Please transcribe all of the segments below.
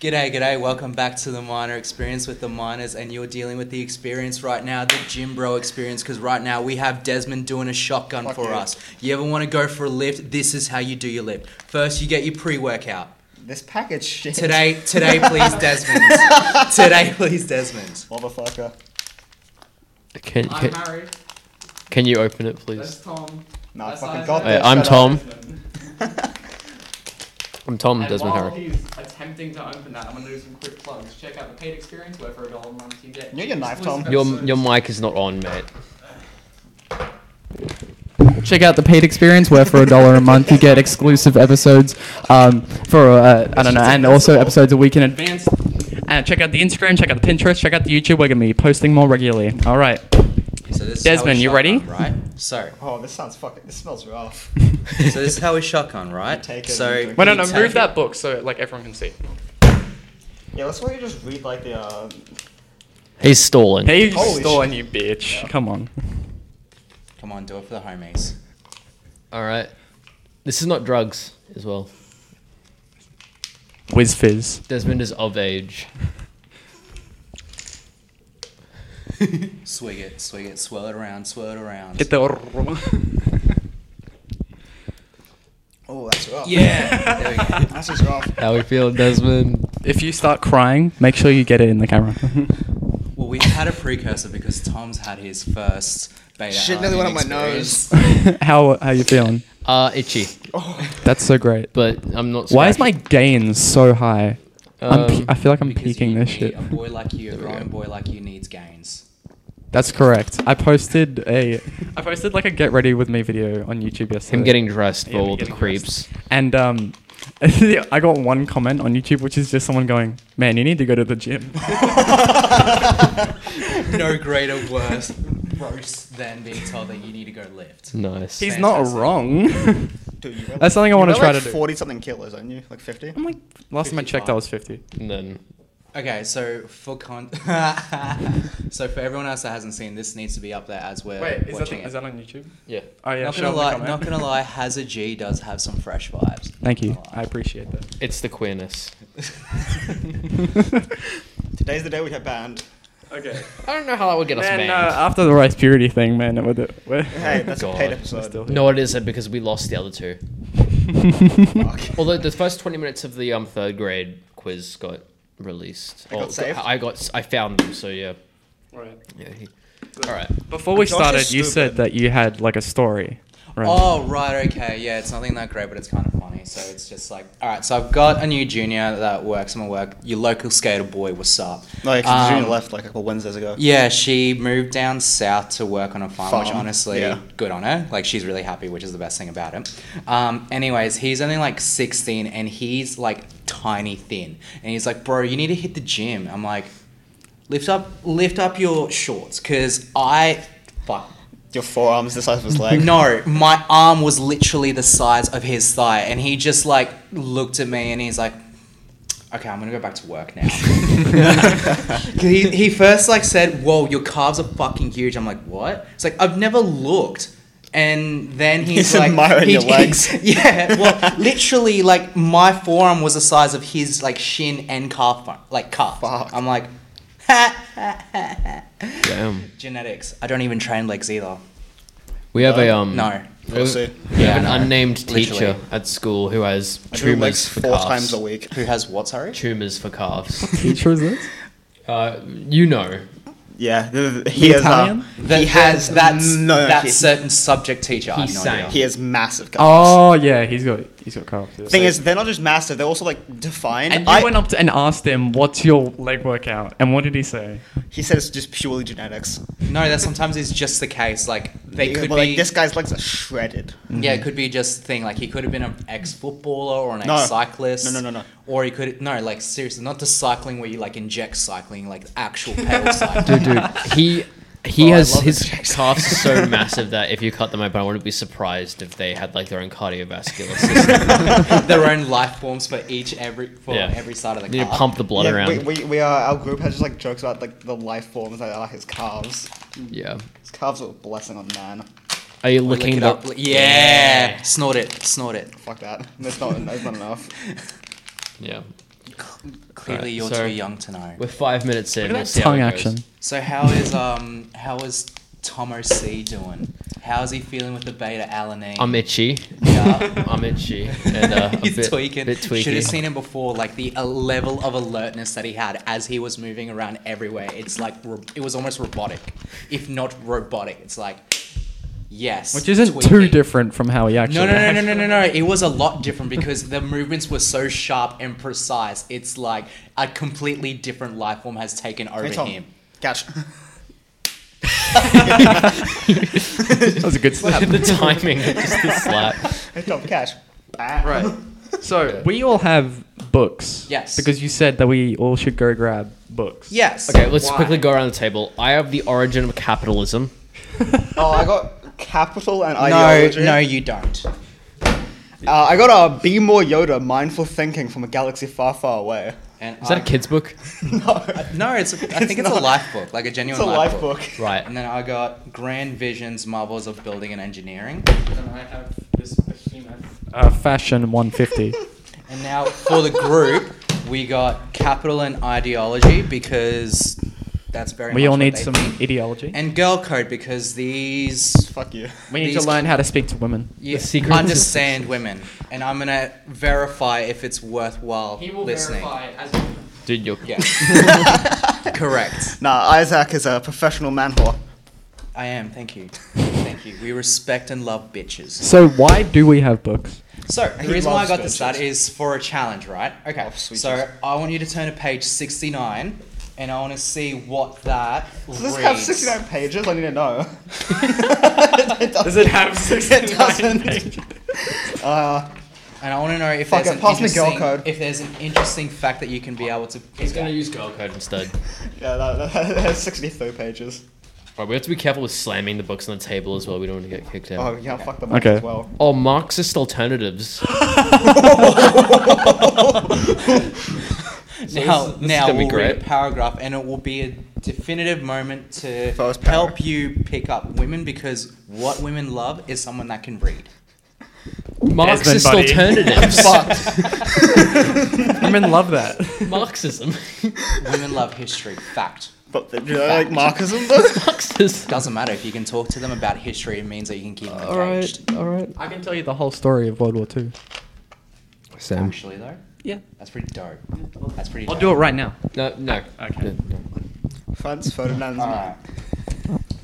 G'day, g'day. Welcome back to the Miner Experience with the Miners, and you're dealing with the experience right now, the Gym Bro experience, because right now we have Desmond doing a shotgun Fuck for yeah. us. You ever want to go for a lift? This is how you do your lift. First, you get your pre-workout. This package shit. Today, today, please, Desmond. today, please, Desmond. Motherfucker. Can, I'm can, Harry. can you open it, That's please? Tom. Nah, I That's fucking Isaac. got Hey, this. I'm shut Tom. up. Desmond. I'm Tom And Desmond while Harry. he's attempting to open that, I'm gonna do some quick plugs. Check out the paid experience where for a dollar a month you get. You need a knife, exclusive Tom. Your, episodes. your mic is not on, mate. Check out the paid experience where for a dollar a month you get exclusive episodes um, for, uh, I don't know, and also episodes a week in advance. And check out the Instagram, check out the Pinterest, check out the YouTube. We're going to be posting more regularly. All right. So this is how a Desmond, you ready? shotgun, Right. So, Oh, this sounds fucking. This smells rough. so this is how we shotgun, right? Take it so, and drink Wait, no, you no, take move it. that book so like everyone can see. Yeah, let's why you just read like the. Uh, He's stalling. Hey, you Holy stolen, you bitch. Come on. Come on, do it for the homies. All right. This is not drugs as well. Whiz fizz. Desmond is of age. Swig it, swig it, swirl it around, swirl it around. Get the. oh, that's rough. yeah. there we go. That's just rough. How we feeling, Desmond? If you start crying, make sure you get it in the camera. Well, we had a precursor because Tom's had his first beta. Shit, alanine another one on my experience. how how you feeling? Uh, itchy, Oh. That's so great. but I'm not. Why is my scratchy. gain so high? I'm pe- Um, I feel like I'm Because peaking you this need- shit. A boy like you, a There we growing go. boy like you needs gains. That's correct. I posted a I posted like a get ready with me video on YouTube yesterday. him getting dressed for Yeah, me all the getting creeps? and um I got one comment on YouTube which is just someone going, "Man, you need to go to the gym." no greater worse gross than being told that you need to go lift. Mm. Nice. He's not Fantastic. wrong. Dude, you went- That's something I you wanna went try like to do. Forty something kilos, aren't you? Like fifty. I'm like last time I checked I was 50. And then Okay, so for con, so for everyone else that hasn't seen, this needs to be up there as we're watching it. on YouTube? yeah. Oh yeah, not show gonna him the lie, comment. not gonna lie, Hazard G does have some fresh vibes. Thank you. Not gonna I appreciate that. It's the queerness. Today's the day we get banned. Okay. I don't know how that would get us Man, banned. uh, after the rice purity thing, man, it would. It, Hey, that's a God. paid episode. Oh Still. no, it isn't because we lost the other two. Fuck. Although the first 20 minutes of the um third grade quiz got released. Oh, It got saved? I got s- I found them, so yeah. Yeah. He, all right. Before we Josh is started, you stupid. said that you had like a story, right? Oh right, okay, yeah, it's nothing that great, but it's kind of funny. So it's just like, all right, so I've got a new junior that works in my work. Your local skater boy, what's up? Like Um, Junior left like a couple Wednesdays ago. Yeah, she moved down south to work on a farm, which Farm, honestly, yeah. good on her. Like she's really happy, which is the best thing about him. Um, anyways, he's only like 16 and he's like tiny thin, and he's like, bro, you need to hit the gym. I'm like, lift up, lift up your shorts, cause I, fuck, Your forearms the size of his leg. no, my arm was literally the size of his thigh, and he just like looked at me and he's like, "Okay, I'm gonna go back to work now." 'Cause he, he first like said, "Whoa, your calves are fucking huge." I'm like, "What?" It's like I've never looked. And then he's, He's like, admiring he- your legs. yeah, well, literally, like my forearm was the size of his like shin and calf, bone- like calf. Fuck. I'm like, Damn. genetics. I don't even train legs either. We have a Uh, No. um No. we have- Pussy. we have Yeah, an no. unnamed teacher Literally. at school who has I do tumors legs for four calves. times a week. Who has what? Sorry. Tumors for calves. Teacher is this? uh, you know. Yeah, th- th- he has. Uh, Italian? That, he has that's no. that he, certain subject teacher. I have He no sang. idea. he has massive calves. Oh yeah, he's got he's got calves. yeah. Thing is, they're not just massive; they're also like defined. and you I- went up to and asked him, "What's your leg workout?" And what did he say? He said it's just purely genetics. No, that sometimes is just the case. Like they Yeah, could but, be. like this guy's legs are shredded. Yeah, it could be just thing. Like he could have been an ex-footballer or an No. ex-cyclist. No, no, no, no. Or he could no, like seriously, not the cycling where you like inject cycling, like actual pedal cycling. Dude, dude. He he Oh, I has love his it. calves are so massive that if you cut them open, I wouldn't be surprised if they had like their own cardiovascular system. Their own life forms for each every for Yeah. every side of the You need to car. pump the blood Yeah, around. We, we, we are our group has just like jokes about like the life forms that are his calves. yeah. His calves are a blessing on man. Are you Or lick looking it the- up. Li- yeah. snort it, snort it. Fuck that. That's not. that's not enough. Yeah. c- clearly Alright, you're so- too young to know. We're five minutes in. Look We'll at see that how it tongue goes. action. So how is um how is Tom OC doing? How's he feeling with the beta alanine? I'm itchy. Yeah. I'm itchy. And, uh, a He's bit, tweaking. Bit tweaky. Should have seen him before, like the uh, level of alertness that he had as he was moving around everywhere. It's like ro- it was almost robotic, if not robotic. It's like yes, Which isn't too tweaking. different from how he actually. No, no, no, no, no, no, no. It was a lot different because the movements were so sharp and precise. It's like a completely different life form has taken over Hey, Tom. him. Catch. That was a good slap. the timing, just the slap. Hey, Tom, catch. Right. So we all have books. Yes. Because you said that we all should go grab books. Yes. Okay, let's Why? quickly go around the table. I have the origin of capitalism. Oh, I got capital and No, ideology. no, you don't. Uh, I got a Be More Yoda, Mindful Thinking from a galaxy far, far away. And Is that a I- kid's book? no, No, it's. A, I It's think it's a not. life book, like a it's genuine a life, life book. Right. And then I got Grand Visions, Marvels of Building and Engineering. Then I have this behemoth. Uh, fashion 150. And now for the group, we got Capital and Ideology because that's very. we much all what need they some e- think. ideology. And girl code because these Fuck you. we need to these- learn how to speak to women. you The secret- understand women, and I'm gonna verify if it's worthwhile He will listening. verify as Dude, you're Yeah. Correct. Nah, Isaac is a professional man whore. I am. Thank you. Thank you. We respect and love bitches. So why do we have books? So the He reason why I loves got this bitches. out is for a challenge, right? Okay. Oh, sweet So Jesus. I want you to turn to page sixty-nine, and I want to see what that Does reads. this have 69 pages? I need to know. it Does it have 69 doesn't. pages? Uh, And I want to know if Fuck there's it, an pass me girl interesting- code. if there's an interesting fact that you can be able to. He's gonna use girl code instead. yeah, that, that has 63 pages. Alright, we have to be careful with slamming the books on the table as well. We don't want to get kicked out. Oh, Oh, yeah, fuck them Okay. as well. Marxist alternatives. now, this is now gonna be we'll read a great. paragraph, and it will be a definitive moment to First paragraph. help you pick up women because what women love is someone that can read. Marxist buddy. alternatives. Women love that. Marxism. women love history. Fact. But do they like Marxism though? Marxism. Doesn't matter if you can talk to them about history. It means that you can keep them All engaged. right, all right. I can tell you the whole story of World War Two. Sam. Actually, though, Yeah. that's pretty dope. That's pretty. I'll dope. do it right now. No, no. Okay. No, no. Franz Ferdinand's All right.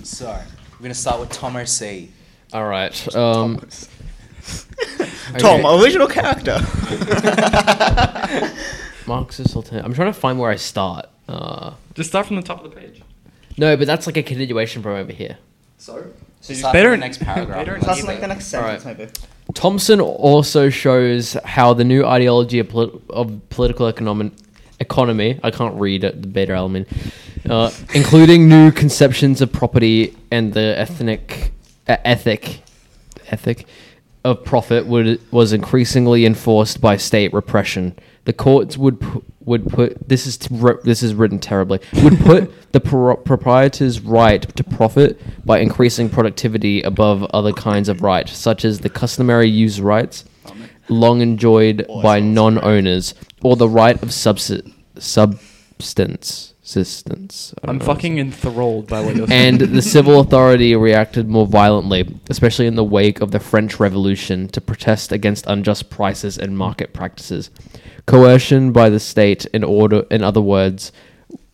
So we're gonna start with Tom O.C. All right. Um, Tom, okay. original character. Marxist alternative. I'm trying to find where I start. Uh, Just start from the top of the page. no, but that's like a continuation from over here. so? So you- start they with the don't- next they paragraph. don't That's Either. like the next Alright. sentence, maybe. Thompson also shows how the new ideology of, polit- of political economic economy, I can't read it, the beta element, uh, including new conceptions of property and the ethnic uh, ethic ethic of profit would, was increasingly enforced by state repression. The courts would pu- would put this is t- wr- this is written terribly would put the pro- proprietor's right to profit by increasing productivity above other kinds of right, such as the customary use rights long enjoyed by non-owners or the right of subsi- substance substance. I don't I'm know. fucking enthralled by what you're saying. And the civil authority reacted more violently, especially in the wake of the French Revolution, to protest against unjust prices and market practices. Coercion by the state, in order, in other words,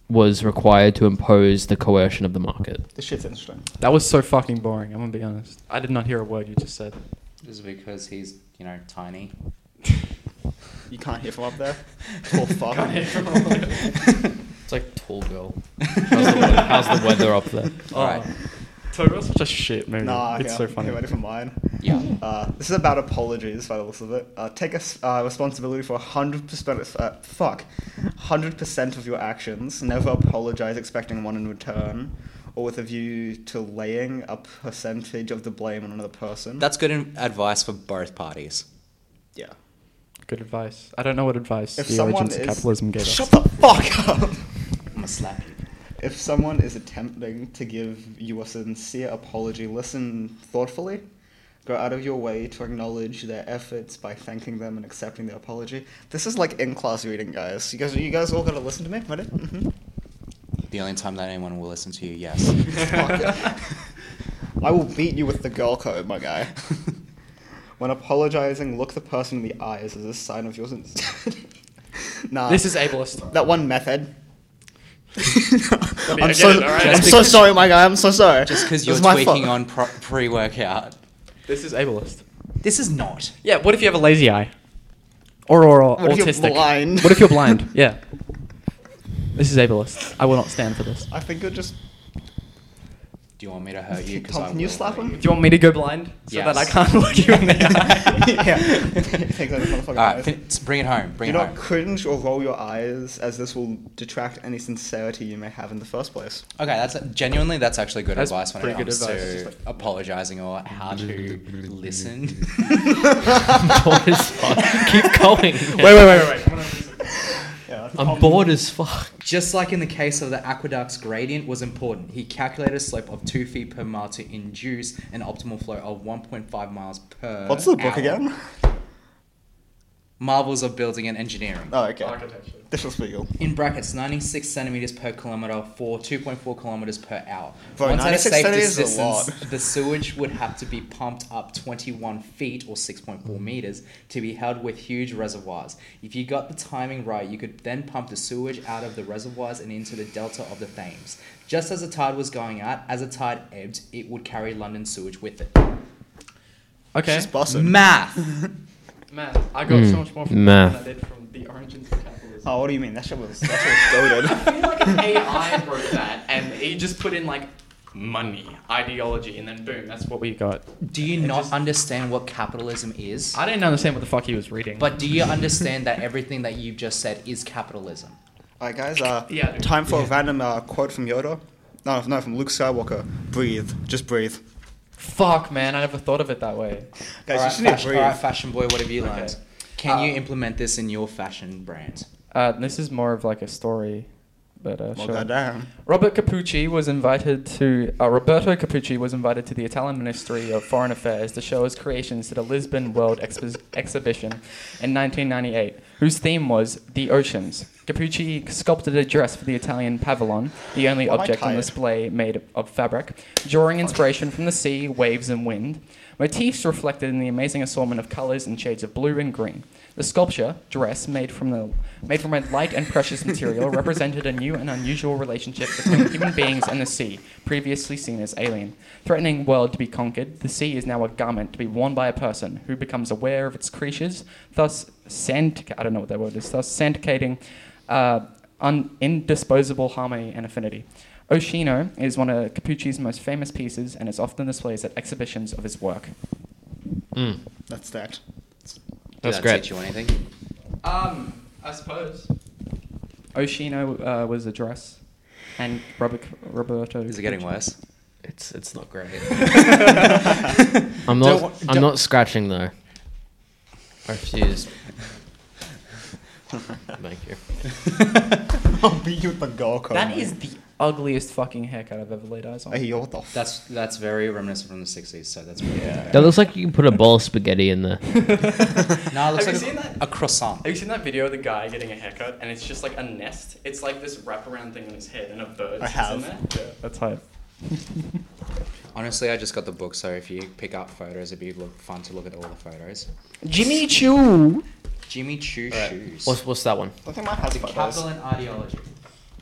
was required to impose the coercion of the market. This shit's interesting. That was so fucking boring. I'm gonna be honest. I did not hear a word you just said. This is because he's you know tiny. You can't hear from up there. Tall fuck. It's like tall girl. How's the, weather, how's the weather up there? Oh. All right. So it was such a shit movie. Nah, it's okay, so I'm funny. ready for mine. Yeah. Uh, this is about apologies by the looks of it. Uh, take a s uh, responsibility for 100% of, uh, fuck, 100% of your actions. Never apologize expecting one in return or with a view to laying a percentage of the blame on another person. That's good in- advice for both parties. yeah. Good advice. I don't know what advice If the someone origins of is- capitalism gave us. Shut the fuck up. I'm gonna slap you. If someone is attempting to give you a sincere apology, listen thoughtfully. Go out of your way to acknowledge their efforts by thanking them and accepting their apology. This is like in class reading, guys. You guys, you guys all gotta listen to me. Ready? Mm-hmm. The only time that anyone will listen to you, yes. I will beat you with the girl code, my guy. when apologizing, look the person in the eyes as a sign of your sincerity. nah. This is ableist. that one method. I'm, get so, it, all right? I'm Just so because- sorry, my guy. I'm so sorry. Just because This you're is my tweaking fault. on pro- pre-workout. This is ableist. This is not. Yeah, what if you have a lazy eye? Or, or, or What if you're autistic? blind? What if you're blind? yeah. This is ableist. I will not stand for this. I think you're just. Do you want me to hurt you? Tom, Because I can you will slap hurt him? you. Do you want me to go blind so that I Yes. can't look you in the eye? yeah. Take that motherfucker. All right, eyes. fin- bring it home. Bring Do it not home. cringe or roll your eyes, as this will detract any sincerity you may have in the first place. Okay, that's genuinely that's actually good That's advice when it pretty good comes advice, to apologizing or how to listen. bored as fuck. Keep going. wait, wait, wait. wait. Yeah. I'm bored as fuck. Just like in the case of the aqueduct's gradient was important, he calculated a slope of two feet per mile to induce an optimal flow of 1.5 miles per. What's the book hour. again? Marvels of Building and Engineering. Oh, okay. This was legal. In brackets, 96 centimeters per kilometer for 2.4 kilometers per hour. Bro, 96 centimeters is a lot. the sewage would have to be pumped up 21 feet or Mm. 6.4 meters to be held with huge reservoirs. If you got the timing right, you could then pump the sewage out of the reservoirs and into the delta of the Thames. Just as the tide was going out, as the tide ebbed, it would carry London sewage with it. Okay. She's bossing. Math! Man, I got Mm, so much more from math. that than I did from the origins of capitalism. Oh, what do you mean? That shit was, that shit was goaded. I feel like an AI wrote that and he just put in like money, ideology, and then boom, that's what we got. Do you It not just- understand what capitalism is? I didn't understand what the fuck he was reading. But do you understand that everything that you've just said is capitalism? Alright, guys, uh, Yeah. time for a random uh, quote from Yoda. No, no, from Luke Skywalker. Breathe. Just breathe. fuck, man, I never thought of it that way. all, Guys, you right, should need to fashion, breathe. all right, fashion boy, what have you learned? Okay. Can you Uh, implement this in your fashion brand? Uh, this is more of like a story, but uh, Well, sure. goddamn. Robert Capucci was invited to uh, Roberto Capucci was invited to the Italian Ministry of Foreign Affairs to show his creations at a Lisbon World Expo- Exhibition in 1998, whose theme was the oceans. Capucci sculpted a dress for the Italian pavilion, the only Why am I object on tired? display made of fabric, drawing inspiration from the sea, waves, and wind. Motifs reflected in the amazing assortment of colors and shades of blue and green. The sculpture, dress, made from, the, made from a light and precious material, represented a new and unusual relationship between human beings and the sea, previously seen as alien. Threatening world to be conquered, the sea is now a garment to be worn by a person who becomes aware of its creatures, thus sant- I don't know what that word is, thus santicating uh, un- indisposable harmony and affinity. Oshino is one of Capucci's most famous pieces and is often displayed at exhibitions of his work. Mm. That's stacked. Did That's that great. teach you anything? Um, I suppose. Oshino uh, was a dress, and Robert, Roberto. Is it getting worse? It's it's not great. I'm not Don't wa- I'm don't- not scratching though. I refuse. Thank you. I'll beat you with the girl code. That is the ugliest fucking haircut I've ever laid eyes on. Hey, yo, what the f- That's that's very reminiscent from the '60s, so that's pretty Yeah. That looks like you can put a bowl of spaghetti in there. No, it looks Have like you a, seen a croissant. Have you seen that video of the guy getting a haircut and it's just like a nest? It's like this wraparound thing on his head and a bird I sits have. in there. Yeah, that's hype. Honestly, I just got the book, so if you pick up photos, it'd be look, fun to look at all the photos. Jimmy Choo. Jimmy Choo shoes. What's what's that one? Look at my house Capital photos. and ideology.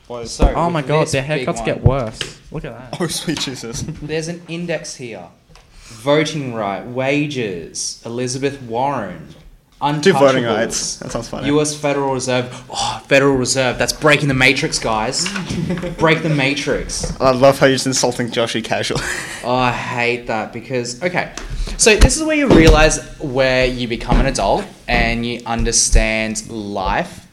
Boys. So Oh my with god, this their big haircuts one- get worse. Look at that. Oh, sweet Jesus. There's an index here. Voting right, wages, Elizabeth Warren, Do untouchables. voting rights. That sounds funny. U.S. Federal Reserve. Oh, Federal Reserve. That's breaking the matrix, guys. Break the matrix. I love how you're just insulting Joshy casually. Oh, I hate that because okay. So this is where you realize where you become an adult and you understand life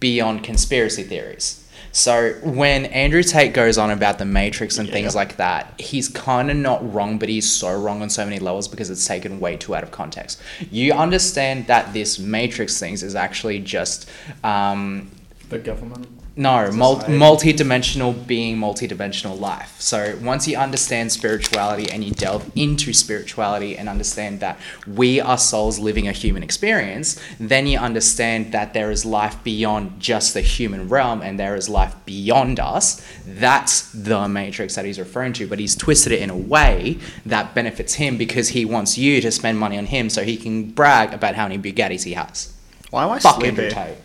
beyond conspiracy theories. So when Andrew Tate goes on about the Matrix and things Yeah. like that, he's kind of not wrong, but he's so wrong on so many levels because it's taken way too out of context. You understand that this Matrix things is actually just um, The government. No, mul- Society. multi-dimensional being, multi-dimensional life. So once you understand spirituality and you delve into spirituality and understand that we are souls living a human experience, then you understand that there is life beyond just the human realm and there is life beyond us. That's the matrix that he's referring to, but he's twisted it in a way that benefits him because he wants you to spend money on him so he can brag about how many Bugattis he has. Why am I Fuck Andrew sleepy? Tate.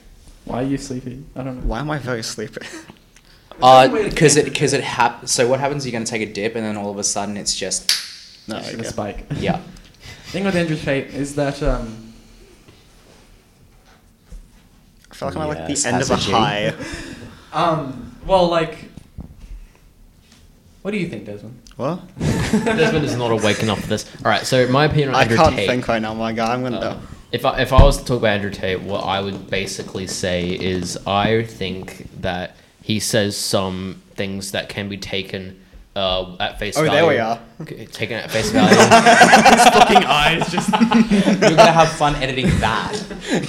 Why are you sleepy? I don't know. Why am I very sleepy? because Uh, it because it hap- So what happens? You're gonna take a dip, and then all of a sudden it's just no, Should have okay. spike. yeah. thing with Andrew Tate is that um, I feel like I'm at like Yes, the end of a has a G. high. um, well, like, what do you think, Desmond? What? Desmond is not awake enough for this. All right, so my opinion on I Andrew can't Tate. think right now, my guy. I'm gonna. Uh, if I if I was to talk about Andrew Tate, what I would basically say is I think that he says some things that can be taken uh, at face Oh, value. there we are. K- Taken at face value. Fucking eyes, just You're gonna have fun editing that. You're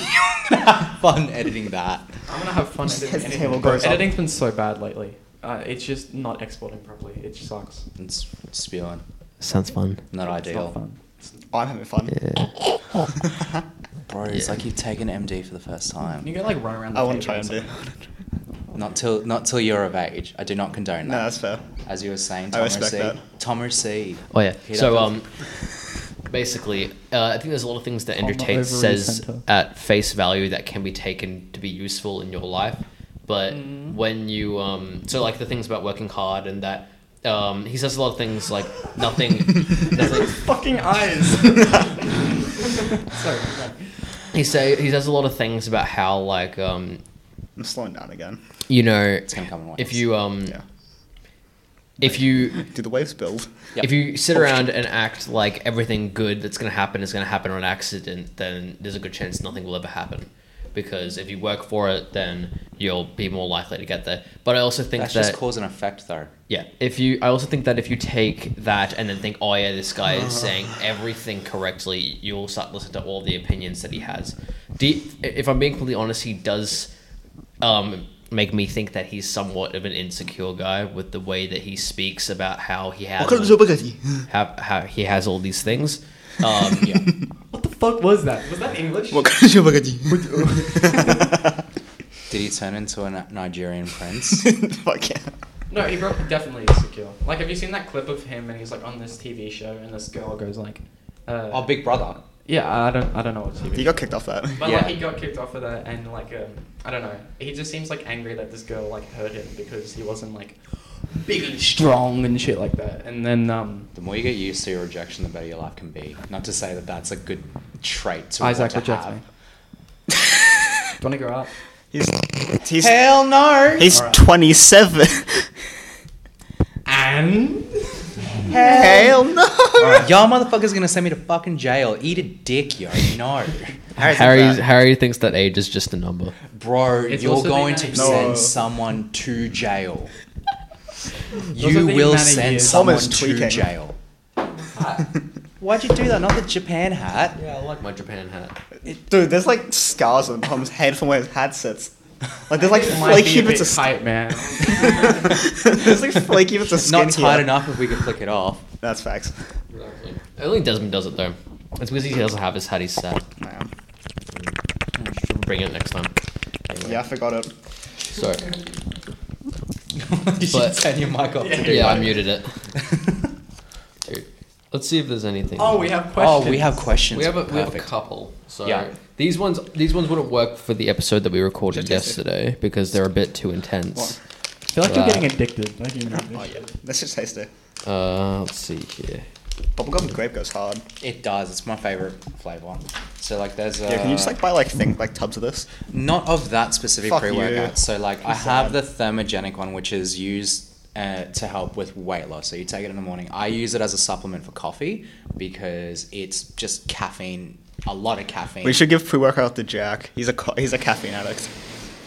gonna have fun editing that. I'm gonna have fun editing. His anything, table bro. goes up. Editing's been so bad lately. Uh, it's just not exporting properly. It sucks. It's spewing. Sounds fun. Not It's not ideal, fun. Oh, I'm having fun. bro. It's like you've taken MD for the first You time. can like run around. The I want to table try or and do. something. Not till not till you're of age. I do not condone No, that. that's fair. As you were saying, I Tom respect C. that. Tom C. Oh yeah. Hit So up. um, basically, uh, I think there's a lot of things that Andrew On the Tate ovary says center. at face value that can be taken to be useful in your life, but Mm. when you um, so like the things about working hard and that. Um, he says a lot of things like nothing, nothing Fucking eyes. Sorry. no. he say he says a lot of things about how like um I'm slowing down again. you know It's gonna come in waves. if you um Yeah. if you Do the waves build? Yep. if you sit around and act like everything good that's going to happen is going to happen on accident then there's a good chance nothing will ever happen because if you work for it then you'll be more likely to get there but i also think that's that just cause and effect, though. Yeah. If you, I also think that if you take that and then think, oh yeah, this guy Uh-huh. is saying everything correctly, you'll start listening to all the opinions that he has. Do you- if I'm being completely honest, he does um, make me think that he's somewhat of an insecure guy with the way that he speaks about how he has all, how, how he has all these things. Um, yeah. What the fuck was that? Was that English? Did he turn into a Ni- Nigerian prince? Fuck yeah. No, he bro- definitely is secure. Like, have you seen that clip of him and he's like on this TV show and this girl goes like, uh, oh, Big Brother. yeah, I don't, I don't know what TV. You got kicked off that. but Yeah. like, he got kicked off of that and like, um, I don't know. He just seems like angry that this girl like hurt him because he wasn't like big and strong and shit like that. And then um, The more you get used to your rejection, the better your life can be. Not to say that that's a good trait to want Isaac to rejects have. me. Do you want to go up? He's he's Hell no! he's 27. And Hell no. Y'all motherfuckers gonna send me to fucking jail. Eat a dick, yo. No. Harry's, Harry thinks that age is just a number. Bro, It's you're also the going amount to of- No. send someone to jail. also you the will amount of send years. someone Thomas to tweaking. jail. Why'd you do that? Not the Japan hat. Yeah, I like my Japan hat. Dude, there's like scars on Tom's head from where his hat sits. Like there's like It might be flaky a bits bit of skin. tight, man. there's like flaky bits of skin Not tight here. enough if we could flick it off. That's facts. Only Desmond does it though. It's because he doesn't have his hat. He's sad. Yeah. Bring it next time. yeah, I forgot it. So you should But- turn your mic off to do yeah, I that. muted it. Dude, let's see if there's anything. oh, we have questions. Oh, we have questions. we have a, we have a Perfect. couple. So Yeah. these ones these ones wouldn't work for the episode that we recorded Just taste yesterday because they're a bit too intense. I feel like you're getting addicted. Oh yeah. Let's just taste it. Uh, let's see here. Bubblegum grape goes hard. It does. It's my favorite flavor. So like, there's a Yeah, can you just like buy like thing like tubs of this? not of that specific Fuck pre you. workout. So like, i I'm have sad. the thermogenic one, which is used uh, to help with weight loss. So you take it in the morning. I use it as a supplement for coffee because it's just caffeine, a lot of caffeine. We should give pre-workout to Jack. He's a co- he's a caffeine addict.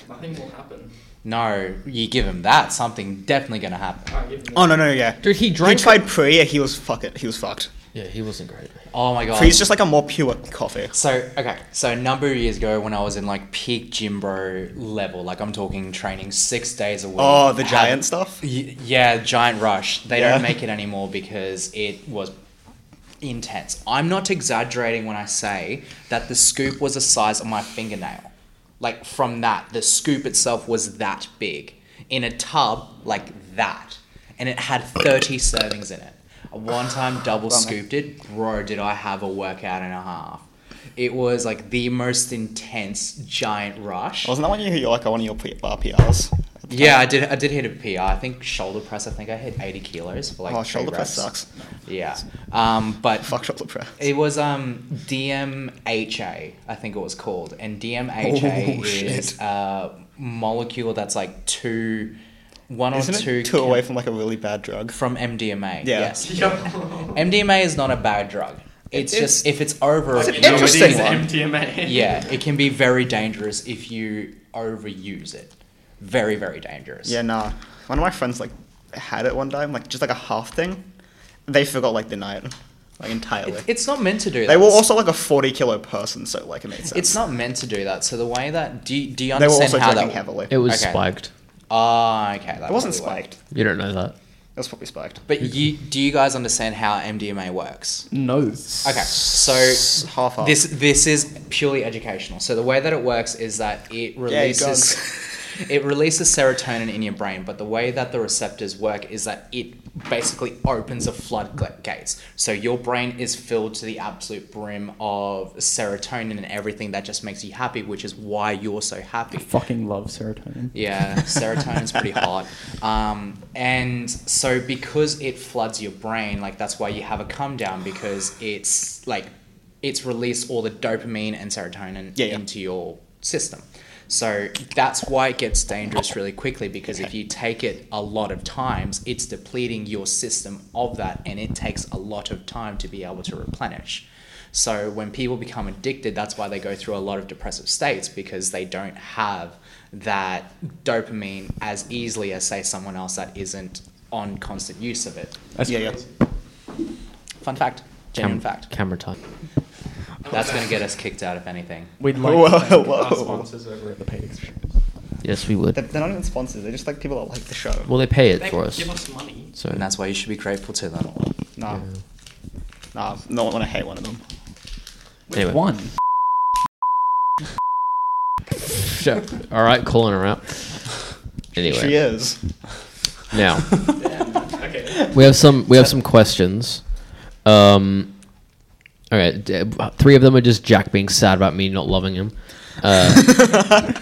Nothing will happen. No, you give him that, something definitely gonna happen. Alright, give me Oh no no yeah. Dude, he He drank. tried pre and he was fuck it. He was fucked. Yeah, he wasn't great. Oh my god. Free is just like a more pure coffee. So okay, so a number of years ago when I was in like peak Jimbo level, like I'm talking training six days a week. Oh, the had- giant stuff. Y- yeah, Giant Rush. They Yeah. don't make it anymore because it was intense. I'm not exaggerating when I say that the scoop was the size of my fingernail. Like from that, the scoop itself was that big in a tub like that, and it had 30 servings in it. One time double scooped it, bro. Did I have a workout and a half? It was like the most intense giant rush. Wasn't that when you hit your, like one of your P- uh, PRs? Yeah, I did. I did hit a PR. I think shoulder press. I think I hit eighty kilos for like. oh, three shoulder press reps. sucks. Yeah, um, but Fuck shoulder press. it was um, DMHA. I think it was called, and DMHA Oh, is a molecule that's like two, one Isn't or two, it two away chem- from like a really bad drug? from MDMA. Yeah. Yes, MDMA is not a bad drug. It's, just if it's over. It's an abused- interesting one. MDMA. Yeah, it can be very dangerous if you overuse it. Very very dangerous. Yeah, nah. One of my friends like had it one time, like just like a half thing. They forgot like the night, like entirely. It- it's not meant to do that. they were also like a forty kilo person, so like it makes sense. It's not meant to do that. So the way that do you, do you They were understand also how drinking that heavily. It was Okay. spiked. Oh, okay. That It wasn't probably worked. spiked. You don't know that. It was probably spiked. But you do you guys understand how MDMA works? No. Okay, so half half. this this is purely educational. So the way that it works is that it releases it releases serotonin in your brain, but the way that the receptors work is that it basically opens a floodgates. So your brain is filled to the absolute brim of serotonin and everything that just makes you happy, which is why you're so happy. Fucking love serotonin. Yeah, serotonin's pretty hot. Um, and so because it floods your brain, like that's why you have a come down because it's like it's released all the dopamine and serotonin Yeah, yeah. into your system. So that's why it gets dangerous really quickly because if you take it a lot of times, it's depleting your system of that and it takes a lot of time to be able to replenish. So when people become addicted, that's why they go through a lot of depressive states because they don't have that dopamine as easily as say someone else that isn't on constant use of it. yeah, yeah. Fun fact, genuine Cam- fact. Camera time. That's going to get us kicked out if anything. We'd like Whoa, to thank whoa. our sponsors over at the paid experience. Yes, we would. They're, they're not even sponsors. They're just like people that like the show. Well, they pay it for us. Give us money. So And that's why you should be grateful to them. nah, nah. No one want to hate one of them. anyway, One. sure. All right, calling her out. She Anyway, is. now Okay. we have some we have some questions. Um, all right, d- three of them are just Jack being sad about me not loving him. Uh,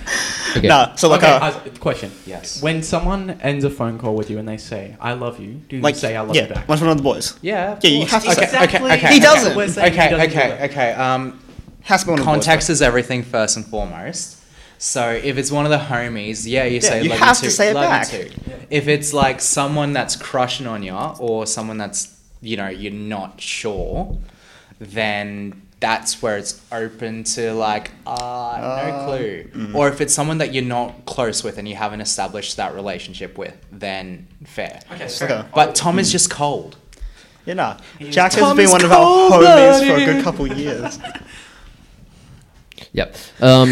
okay. Nah. So like okay, uh, I- question. Yes. When someone ends a phone call with you and they say, I love you, do you like say, I love yeah. you back? One's one of the boys. Yeah. of Yeah, you course. have to say- Exactly. Okay, okay, He doesn't. We're saying he Okay, doesn't do okay, that. okay. Um, Has to be one of the boys. context is everything first and foremost. So if it's one of the homies, yeah, you say you love have you to too, say it love you back. too. If it's like someone that's crushing on you or someone that's you know you're not sure, then that's where it's open to like ah Uh, no clue. Or if it's someone that you're not close with and you haven't established that relationship with, then fair. Okay, Okay. sorry. But Tom is just cold. Yeah, nah. Jack has Tom been is one of our homies cold-blooded. for a good couple years. Yep. Um,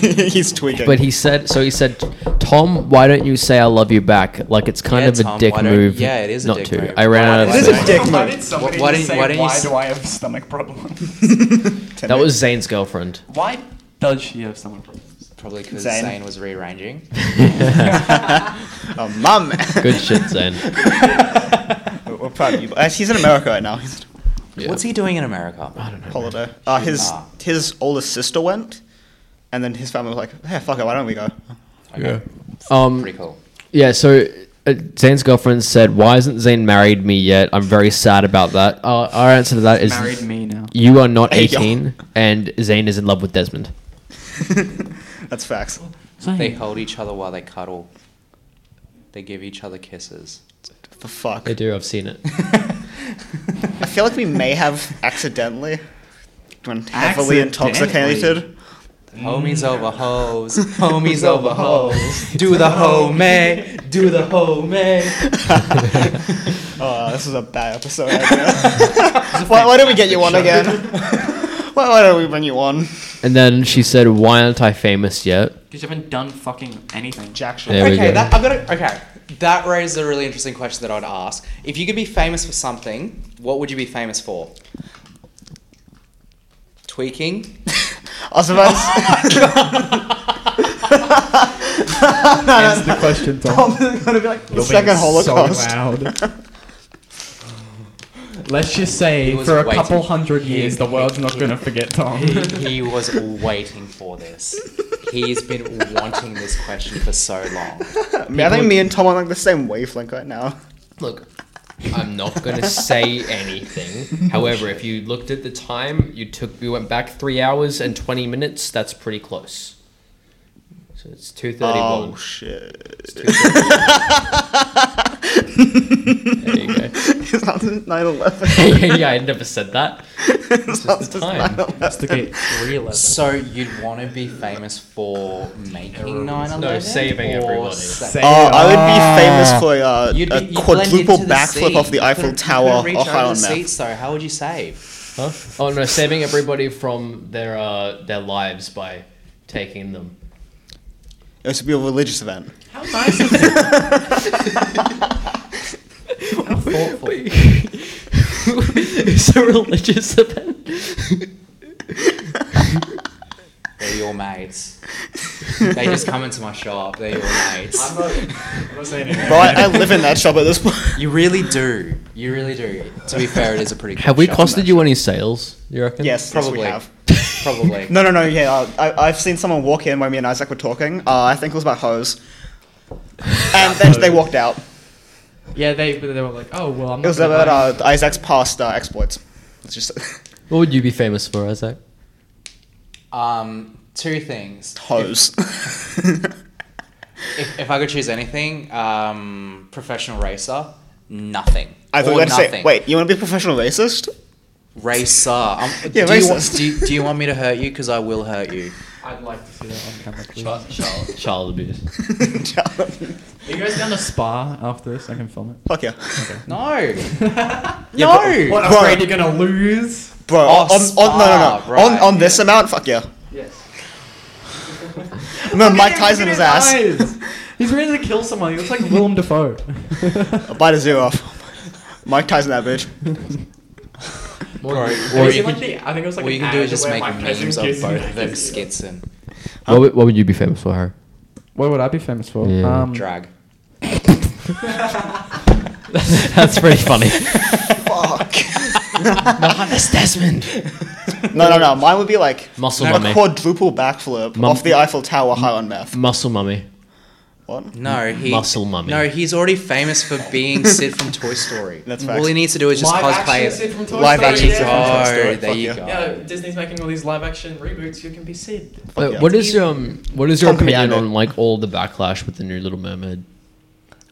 He's tweaking. But he said, so he said, Tom, why don't you say I love you back? Like it's kind Yeah, of a Tom, dick why don't- move. yeah, it is a not dick to. move. I ran Why out don't of. you It is say- a dick Why move. did somebody Why just didn't- say, why didn't you why s- do I have stomach problems? That was Zane's girlfriend. why does she have stomach problems? Probably because Zane. Zane was rearranging. a mum. Good shit, Zane. We're proud of you. Uh, he's in America right now. He's Yeah. What's he doing in America? I don't know. on holiday. Uh, his Ah. his oldest sister went, and then his family was like, "Hey, fuck it, why don't we go?" Um, Pretty cool. yeah, so uh, Zane's girlfriend said, why isn't Zane married me yet? I'm very sad about that. Uh, our answer to that is Married me now. you are not Hey, yo. 18 and Zane is in love with Desmond. That's facts. They hold each other while they cuddle. They give each other kisses. What the fuck. do, I've seen it. I feel like we may have accidentally been heavily intoxicated. Homies over hoes. Homies over hoes. Do the homie. Do the homie. Oh, this is a bad episode. idea. why, why don't we get you one again? why, why don't we bring you one? And then she said, "Why aren't I famous yet?" Because you haven't done fucking anything. Jack shit. There we okay, go. that, I've got to, okay. That raised a really interesting question that I'd ask. If you could be famous for something, what would you be famous for? Tweaking? I was about to say- Answer the question, Tom. I'm gonna be like the You're being second Holocaust. So loud. Let's just say He was for a waiting. couple hundred years, the world's not gonna forget Tom. He was waiting for this. He's been wanting this question for so long. I think me and Tom are like the same wavelength right now. Look, I'm not going to say anything. However, if you looked at the time, you took we went back three hours and twenty minutes. That's pretty close. So it's two thirty-one. Oh shit! It's 2:31. there you go. It's not 9/11. yeah, I never said that. It's just the time. investigate three eleven. So you'd want to be famous for making 9 No, saving everybody. Oh, I would be ah. You'd be, famous for uh, a quadruple backflip off the Eiffel Tower Reach or high over the on meth. seats, though. How would you save? Huh? Oh no, saving everybody from their uh, their lives by taking them. It should be a religious event. How nice is it? How thoughtful. it's a religious event. They're your mates. they just come into my shop. They're your mates. I'm not, I'm not saying anything. Bro, I, I live in that shop at this point. You really do. You really do. To be fair, it is a pretty. Have cool we shop. costed you any sales? You reckon? yes, probably. Probably. have. Probably. No, no, no. Yeah, uh, I, I've seen someone walk in when me and Isaac were talking. Uh, I think it was about hose, and then they walked out. Yeah, they they were like, oh well, I'm It not. was gonna about buy uh, Isaac's past uh, exploits. It's just What would you be famous for, Isaac? Um, two things. hose. If, if I could choose anything, um, professional racer, nothing. I thought Or you were going to say, nothing. wait, you want to be a professional racist? racer. Um, Yeah, do, You want, racist. do, you, do you want me to hurt you? Because I will hurt you. I'd like to see that on camera. please. Child, child abuse. Are you guys down to spa after this? I can film it. Fuck yeah. No. no. What Bro. upgrade you're gonna lose? Bro, Oh, on, on, no, no, spa, no. right. On, on this amount, fuck yeah. Yes. I'm gonna Mike Tyson his ass. He's ready to kill someone. He looks like Willem Dafoe. I'll bite his ear off. Mike Tyson that bitch. Bro, Or or is you it can, like the, I think it was like what you an can do ad is just where make Mike Tyson memes of gives both him of them kisses. skits and What would, what would you be famous for, Harry? What would I be famous for? Yeah. Um, drag. That's pretty funny. Fuck. Honest Desmond. No, no, no. Mine would be like Muscle a mummy. quadruple backflip Mum- off the Eiffel Tower high on meth. Muscle mummy. What? No, he Muscle mummy. No, he's already famous for being Sid from Toy Story. That's All facts. he needs to do is just Live cosplay. action it. Sid from Toy Live Story, action yeah. Sid from Toy Story. Oh, there Fuck you yeah. go. Yeah, Disney's making all these live action reboots. You can be Sid. Uh, yeah. What is um? What is your Tom can be opinion Andy. on like all the backlash with the new Little Mermaid?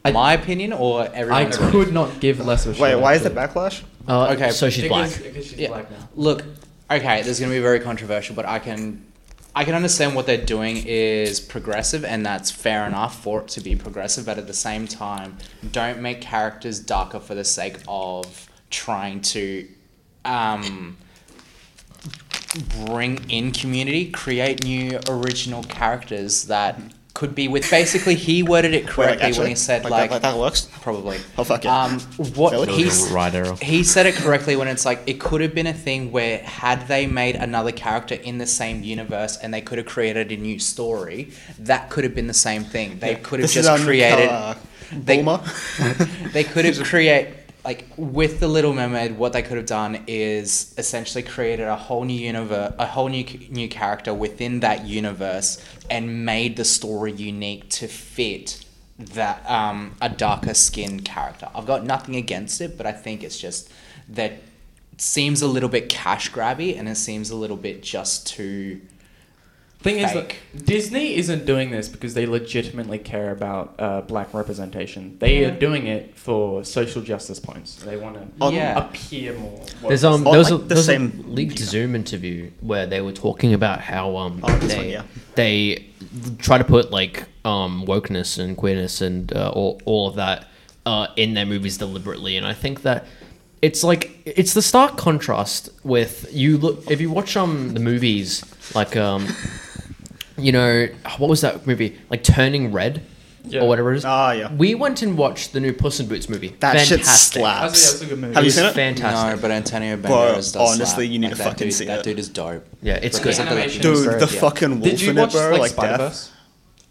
My opinion or I everyone's opinion? could not give less of a shit. Wait, why is the actually. backlash? Uh, Okay. so she's because, black. Because she's Yeah. black now. Look, okay, this is going to be very controversial, but I can, I can understand what they're doing is progressive, and that's fair enough for it to be progressive. But at the same time, don't make characters darker for the sake of trying to, um, bring in community, create new original characters that could be with. Basically, he worded it Wait, like, correctly when he said that- like, like that works. probably. Oh, fuck yeah. Um, what Really? he That was a right arrow. he said it correctly when it's like it could have been a thing where had they made another character in the same universe and they could have created a new story, that could have been the same thing. They could have This is just um, created. Uh, they- Bulma. they could have create like with the Little Mermaid. What they could have done is essentially created a whole new universe, a whole new new character within that universe, and made the story unique to fit that um, a darker skinned character. I've got nothing against it, but I think it's just that seems a little bit cash grabby, and it seems a little bit just too. Thing is, Fake. that Disney isn't doing this because they legitimately care about uh, black representation. They are doing it for social justice points. They want to On- yeah. appear more. There's um. Oh, There was, like a, the there was a same- leaked Zoom interview where they were talking about how um Oh, this they one, yeah. they try to put like um wokeness and queerness and uh, all all of that uh, in their movies deliberately, and I think that it's like it's the stark contrast with you look if you watch um the movies like um you know what was that movie like Turning Red Yeah. or whatever it is. Ah, yeah. We went and watched the new Puss in Boots movie. That shit Fantastic. That's, slaps. that's a good movie. Have you It's seen it? Fantastic. No, but Antonio Bro, Banderas does honestly, slap. you need Like, to that fucking dude- see That it. dude is dope. Yeah, it's Because good. of the- Animation. Dude, Dude, the Yeah. fucking wolf Did you in it, watch bro, like, like, death. Spider-Verse?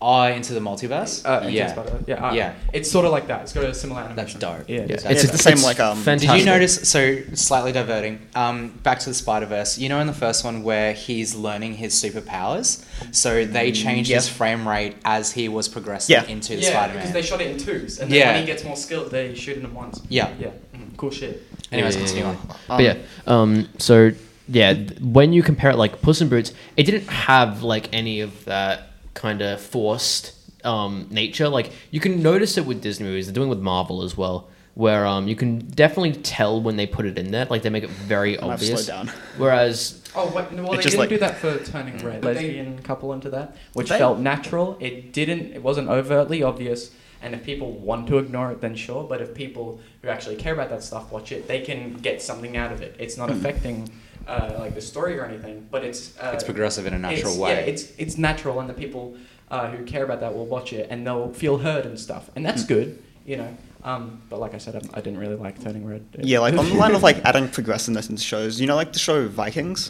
Oh, into the multiverse. Uh, yeah, yeah, uh, yeah. It's sort of like that. It's got a similar animation. That's dope. Yeah, Yeah, it's It's, It's- the same it's like um. fan- Did you Fantastic. notice? So slightly diverting. Um, back to the Spider Verse. You know, in the first one where he's learning his superpowers, so they changed his Mm, yeah. frame rate as he was progressing Yeah. into the yeah Spider because Man. they shot it in twos, and then Yeah. when he gets more skilled, they shoot it in ones. yeah. Yeah, mhm, cool shit. Anyways, Yeah, yeah, continue yeah. on. but yeah, um, so yeah, th- when you compare it like Puss in Boots, it didn't have like any of that kind of forced um, nature. Like you can notice it with Disney movies; they're doing it with Marvel as well, where um, you can definitely tell when they put it in there. Like they make it very I've obvious. slowed down. Whereas Oh, wait, no, well, It they just, didn't like- do that for turning red. Lesbian couple into that, which They- felt natural. It didn't. It wasn't overtly obvious. And if people want to ignore it, then sure. But if people who actually care about that stuff watch it, they can get something out of it. It's Hmm. not affecting uh, like the story or anything, but it's uh, It's progressive in a natural it's, way. Yeah, it's it's natural, and the people uh, who care about that will watch it and they'll feel heard and stuff, and Hmm. that's good, you know. Um, but like I said, I, I didn't really like turning red. Yeah, like on the line of like adding progressiveness into shows. You know, like the show Vikings.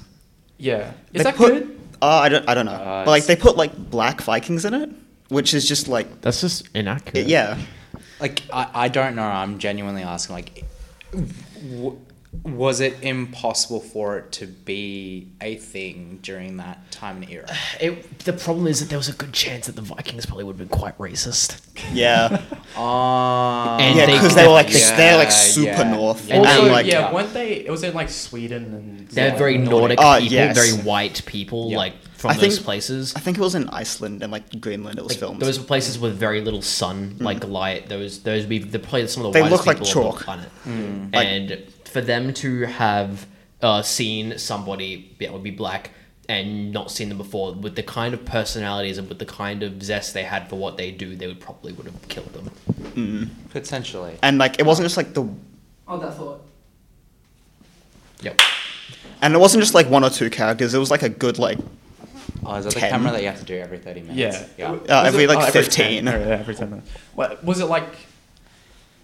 yeah, They is that put, good? Uh, I don't, I don't know. Uh, but like it's- they put like black Vikings in it, which is just like, that's just it- inaccurate. yeah. Like I, I don't know. I'm genuinely asking. Like, w- was it impossible for it to be a thing during that time and era? It, the problem is that there was a good chance that the Vikings probably would have been quite racist. Yeah. Oh, And Um, yeah, they- because they were like, yeah, they're like yeah. super north. And also, they- like, yeah, weren't they? It was in like Sweden and. They're Yeah. very Nordic Uh, people, yes. very white people, Yeah. like from I those think- places. I think it was in Iceland and like Greenland, it was Like, filmed. Those were places with very little sun, like light. Those those would be the probably some of the Mm. They look whitest like people on the chalk. planet. Like- and for them to have uh, seen somebody that would be black and not seen them before with the kind of personalities and with the kind of zest they had for what they do, they would probably would have killed them. potentially. and like, it wasn't just like the, Oh, that thought. Yep. and it wasn't just like one or two characters, it was like a good like, Oh, is that the 10? camera that you have to do every thirty minutes? Yeah. Uh, Was every, like, 10 15. or every ten minutes. What was it like?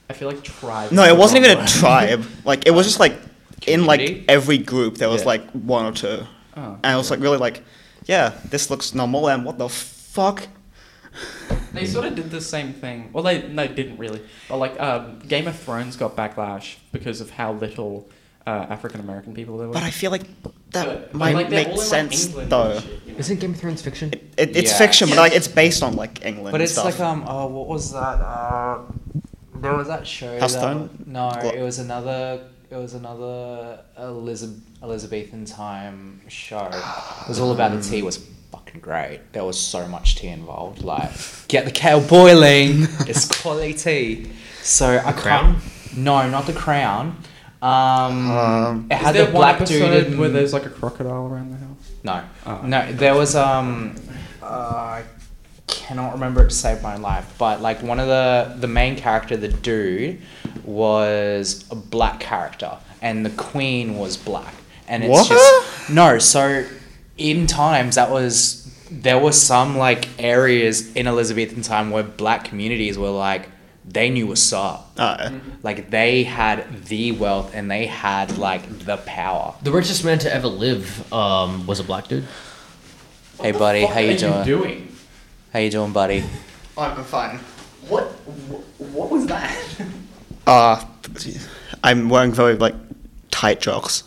I feel like tribe. no, is it the wasn't wrong even a word. tribe. Like, it was just like, in like Community? every group, there was Yeah. like one or two. Oh. And it was like, really like, yeah, this looks normal and what the fuck? They sort of did the same thing. Well, they no, didn't really. But like, um, Game of Thrones got backlash because of how little uh, African American people there were. But I feel like But- that but, might like, they're make all in, like, sense England and though. shit, you know? Isn't Game of Thrones fiction? It, it's Yeah. fiction, but Yeah. like it's based on like England. But and it's stuff. like um oh what was that uh there was that show Hearthstone? that, no What? it was another it was another Elizabeth, Elizabethan time show it was all about the tea it was fucking great there was so much tea involved like get the kettle boiling it's quality tea so I Crown? can't no not the crown um, Um, it Is had there the one black dude episode in- where there's like a crocodile around the house? no, Oh. no. There was um, uh, I cannot remember it to save my life, but like one of the the main character, the dude, was a black character, and the queen was black, and it's What? just no. So in times that was there were some like areas in Elizabethan time where black communities were like they knew what's up. uh, Mm-hmm. Like they had the wealth and they had like the power. The richest man to ever live um, was a black dude. Hey buddy, how you doing? doing? How you doing, buddy? I'm fine. What? wh- What was that? Uh, I'm wearing very like tight jocks.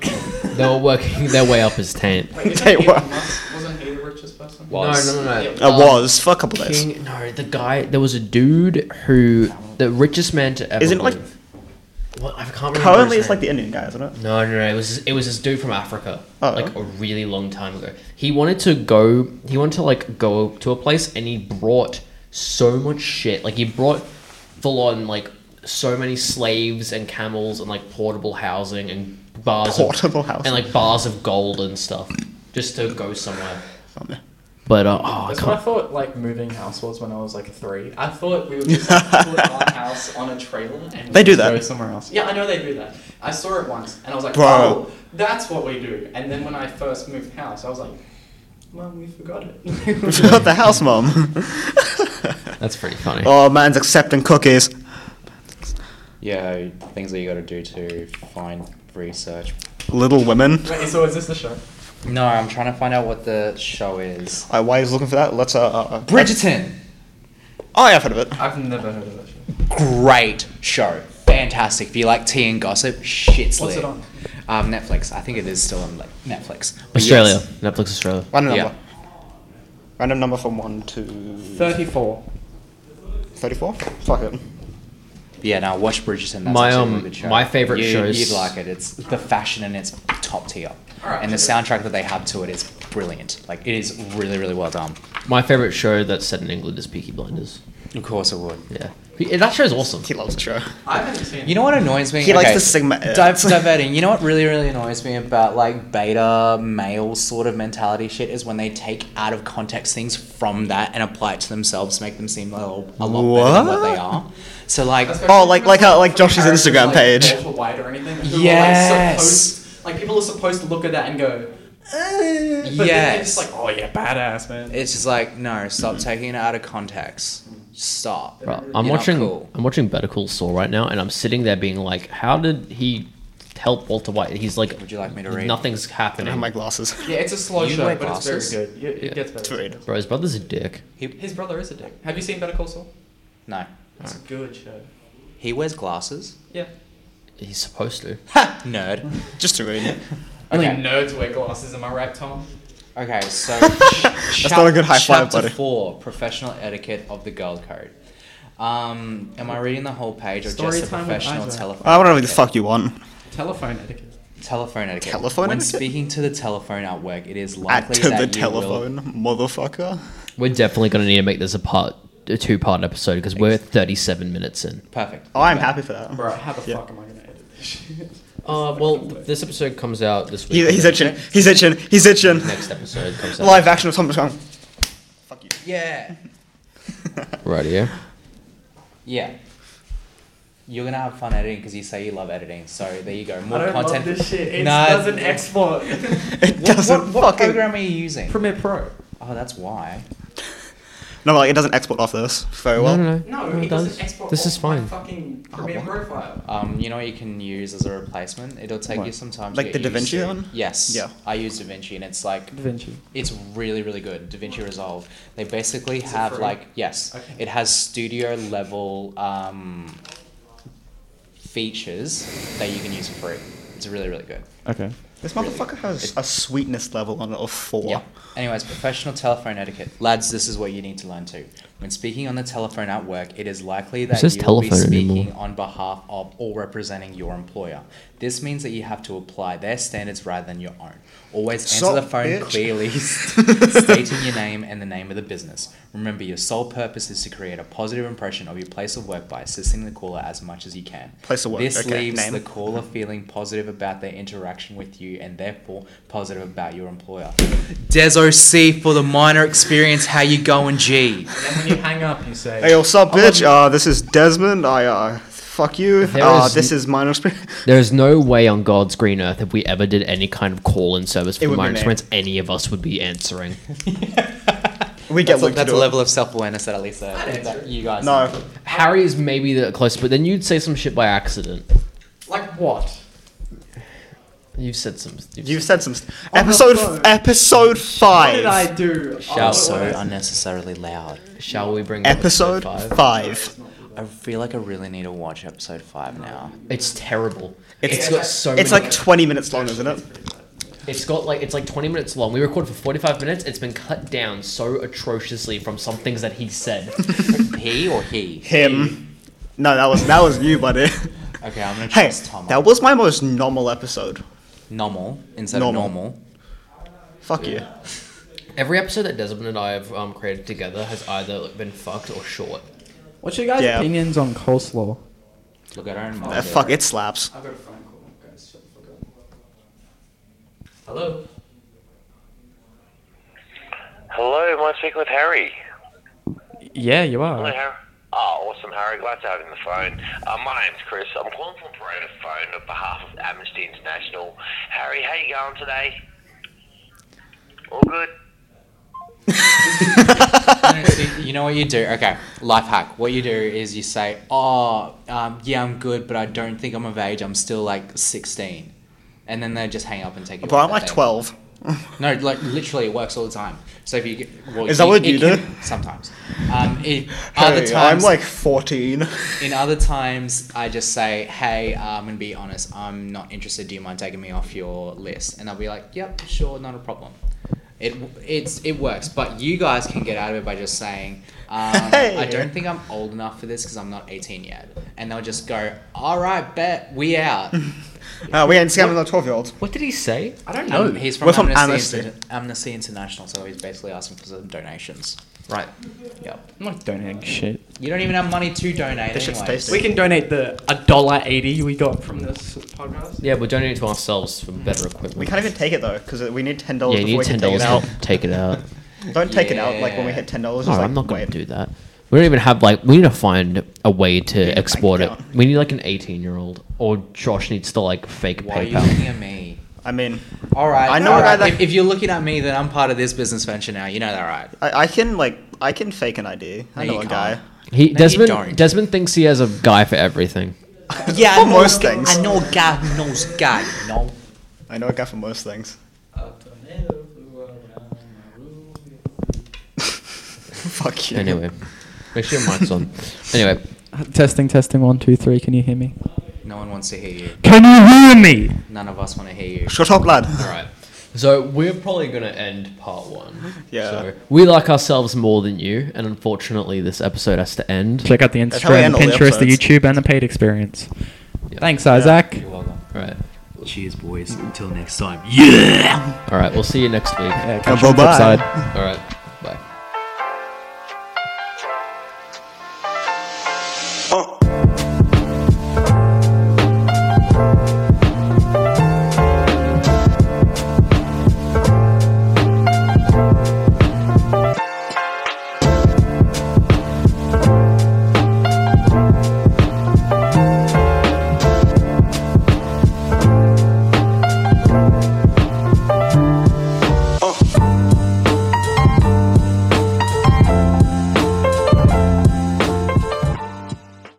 They were working their way up his tent. Wait, Tell you Elon what. Musk- wasn't he the richest person? Was. No, no, no, Um, no. I Uh, was for a couple days. King, no, the guy. There was a dude who the richest man to ever. Isn't it like- live. What I can't remember. Currently, his it's like name. the Indian guy, isn't it? No, no, no. It was it was this dude from Africa, Oh. like a really long time ago. He wanted to go. He wanted to like go to a place, and he brought so much shit. Like he brought full on like so many slaves and camels and like portable housing and bars Portable of, housing. and like bars of gold and stuff just to go somewhere. Something. But uh, oh, I That's what I can't. thought like moving house was when I was like three. I thought we would just like, put our house on a trailer and They do just that. go somewhere else. Yeah, I know they do that. I saw it once and I was like, Bro. oh, that's what we do. And then when I first moved house, I was like, Mum, we forgot it. We forgot the house, mom. That's pretty funny. oh, man's accepting cookies. Yeah, things that you got to do to find research. Little Women. Wait, so is this the show? No, I'm trying to find out what the show is. Uh, why is looking for that? Let's uh. uh, uh Bridgerton. Oh, yeah, I've heard of it. I've never heard of that show. Great show. Fantastic. If you like tea and gossip, shit's What's lit. it on? Um, Netflix. I think it is still on like Netflix. But Australia, yes. Netflix Australia. Random Yeah. number. Random number from one to Thirty-four. 34? Fuck it. Yeah, now watch Bridgerton. That's My, actually a um, really good show. my favourite you, shows- You'd like it. It's the fashion and it's top tier. Alright. and the soundtrack that they have to it is brilliant. Like it is really, really well done. My favorite show that's set in England is Peaky Blinders. Of course it would. Yeah, Yeah, that show's awesome. He loves the show. I haven't seen You know what annoys me? He likes the Sigma ads. Dive, diverting. You know what really, really annoys me about like beta male sort of mentality shit is when they take out of context things from that and apply it to themselves to make them seem a, little, a lot better than what they What? are. So like, Especially Oh, like- when like it's, how- like Josh's characters, Instagram like, page. awful white or anything. who are, Yes. Like, supposed, like people are supposed to look at that and go, eh, but then they're Yes. just like, oh yeah, badass man. it's just like no, stop taking it out of context. Stop. Bro, You're I'm not watching. cool. I'm watching Better Call Saul right now, and I'm sitting there being like, "How did he help Walter White? He's like, Would you like me to read? Oh Nothing's I happening. don't have my glasses. yeah, it's a slow You show, wear but it's glasses? very good. It, it Yeah. gets It's better. weird. Bro, his brother's a dick. His brother is a dick. Have you seen Better Call Saul? No, It's a good show. he wears glasses. Yeah. He's supposed to. Ha, nerd. Just to read. Only Okay. nerds wear glasses, am I right, Tom? Okay, so That's not a good high five, chapter buddy. four: professional etiquette of the Gold Code. Um, am I reading the whole page or Story just the time with professional Isaac. telephone? I don't know what the fuck you want. Telephone etiquette. Telephone etiquette. Telephone when etiquette? speaking to the telephone at work, it is At likely to that the you telephone, motherfucker. We're definitely gonna need to make this a part, a two-part episode because we're 37 minutes in. Will... Perfect. Oh, I'm happy for that. Bro, how the Yeah. fuck am I gonna edit this shit? Uh, well, this episode comes out this week. He, he's itching. He's itching. He's itching. Next episode comes out. Live action of Thomas Kong. Fuck you. Yeah. Right here. Yeah. You're gonna have fun editing because you say you love editing. So there you go. More I don't content. love this shit. It Nah, doesn't export. It What, doesn't what, what fucking. program are you using? Premiere Pro. Oh, that's why. No, like it doesn't export off this very well. no, no, no. No, No, it, it doesn't does. export. This all is my fine. Fucking Premiere what? Pro file. Um, you know what you can use as a replacement? It'll take What? you some time. to get Like the Da used Vinci to. one? Yes. Yeah. I use Da Vinci, and it's like DaVinci. it's really really good. Da Vinci Resolve. They basically Is it have free? like yes, Okay. it has studio level um, features that you can use for free. It's really really good. Okay. This motherfucker has a sweetness level on it of four. Yeah. Anyways, professional telephone etiquette, lads. This is what you need to learn too. When speaking on the telephone at work, it is likely that says you will be telephone speaking anymore. on behalf of or representing your employer. This means that you have to apply their standards rather than your own. Always answer Sup, the phone bitch? clearly, st- stating your name and the name of the business. Remember, your sole purpose is to create a positive impression of your place of work by assisting the caller as much as you can. Place of work, This okay, leaves name. the caller feeling positive about their interaction with you and therefore positive about your employer. Deso C for the minor experience. How you going, G? And then when you hang up, you say. Hey, yo, what's up, bitch? Uh, this is Desmond. I, uh, fuck you. There Uh, is- this is minor experience. There is no way on God's green earth if we ever did any kind of call-in service for would be minor me. experience, any of us would be answering. We That's, get a, Luke to that's a do it. level of self awareness that at least uh, I'd that answer. you guys. No. Harry is maybe the closest, but then you'd say some shit by accident. Like what? You've said some. You've You've said- said some. St- On the episode phone. f- episode What did five. I do? Shout Oh, so what- unnecessarily loud. Shall we bring up Episode five. I feel like I really need to watch episode five now. It's terrible. It's- it's got so. It's many- like 20 minutes long, isn't it? It's got like it's like twenty minutes long. We recorded for forty five minutes. It's been cut down so atrociously from some things that he said. He or he? Him. No, that was that was you, buddy. Okay, I'm gonna hey, trust Tom. that was my most normal episode. normal instead Normal. of normal. Fuck you. Every episode that Desmond and I have um, created together has either been fucked or short. What's your guys' Yeah. opinions on coleslaw? Look at our own Uh, fuck, it slaps. I've got a phone call, guys. Shut the fuck up. Hello. Hello, am I speaking with Harry? Yeah, you Hello, are. Harry. Oh, awesome, Harry. Glad to have you on the phone. Uh, my name's Chris. I'm calling from Parade Phone on behalf of Amnesty International. Harry, how you going today? All good? you know what you do? Okay, life hack. What you do is you say, "Oh, um, yeah, I'm good, but I don't think I'm of age. I'm still like 16," and then they just hang up and take you. But off I'm that like date. 12. No, like literally, it works all the time. So if you get, well, Is that it- what it you can- do? Sometimes. Um, it, other Hey, times, I'm like 14. in other times, I just say, "Hey, uh, I'm gonna be honest. I'm not interested. Do you mind taking me off your list?" And they'll be like, "Yep, sure, not a problem." It it's it works, but you guys can get out of it by just saying, um, Hey. "I don't think I'm old enough for this because I'm not 18 yet," and they'll just go, "All right, bet we out." Uh, we ain't scamming the 12 year olds. What did he say? I don't know. he's from, We're from Amnesty, Amnesty. Inter- Amnesty International, so he's basically asking for some donations. Right. Yep. I'm not donating shit. You don't even have money to donate. This shit's anyways. tasty. We can donate the a dollar eighty we got from this podcast. Yeah, we're donating it to ourselves for better equipment. We can't even take it though, because we need $10 Yeah, before you need we ten can take it dollars. out. Take it out. Don't take it out like when we Yeah. hit $10. it's No, like, I'm not going wait. to do that. We don't even have like. We need to find a way a to bank export it. account. We need like an 18 year old, or Josh needs to like fake Why are you PayPal. looking at me? I mean, All right. I know a all guy right. that- If, if you're looking at me, then I'm part of this business venture now. You know that, right? I, I can like, I can fake an ID. I No, know you a guy. can't. He you Desmond don't. Desmond thinks he has a guy for everything. Yeah, For most things. I know a guy who knows a guy. You know. I know a guy for most things. Fuck you. Anyway, make sure your mic's on. Anyway, Testing, testing. One, two, three. Can you hear me? No one wants to hear you. Can you hear me? None of us want to hear you. Shut up, lad. all right. So we're probably gonna end part one. Yeah. So we like ourselves more than you, and unfortunately, this episode has to end. Check out the how we Instagram, end all the Pinterest, the episodes. YouTube, and the paid experience. Yeah. Thanks, Isaac. You're welcome. All right. Cheers, boys. Until next time. All right. We'll see you next week. Yeah, Uh, catch you on the flip bye-bye. side. All right. Bye.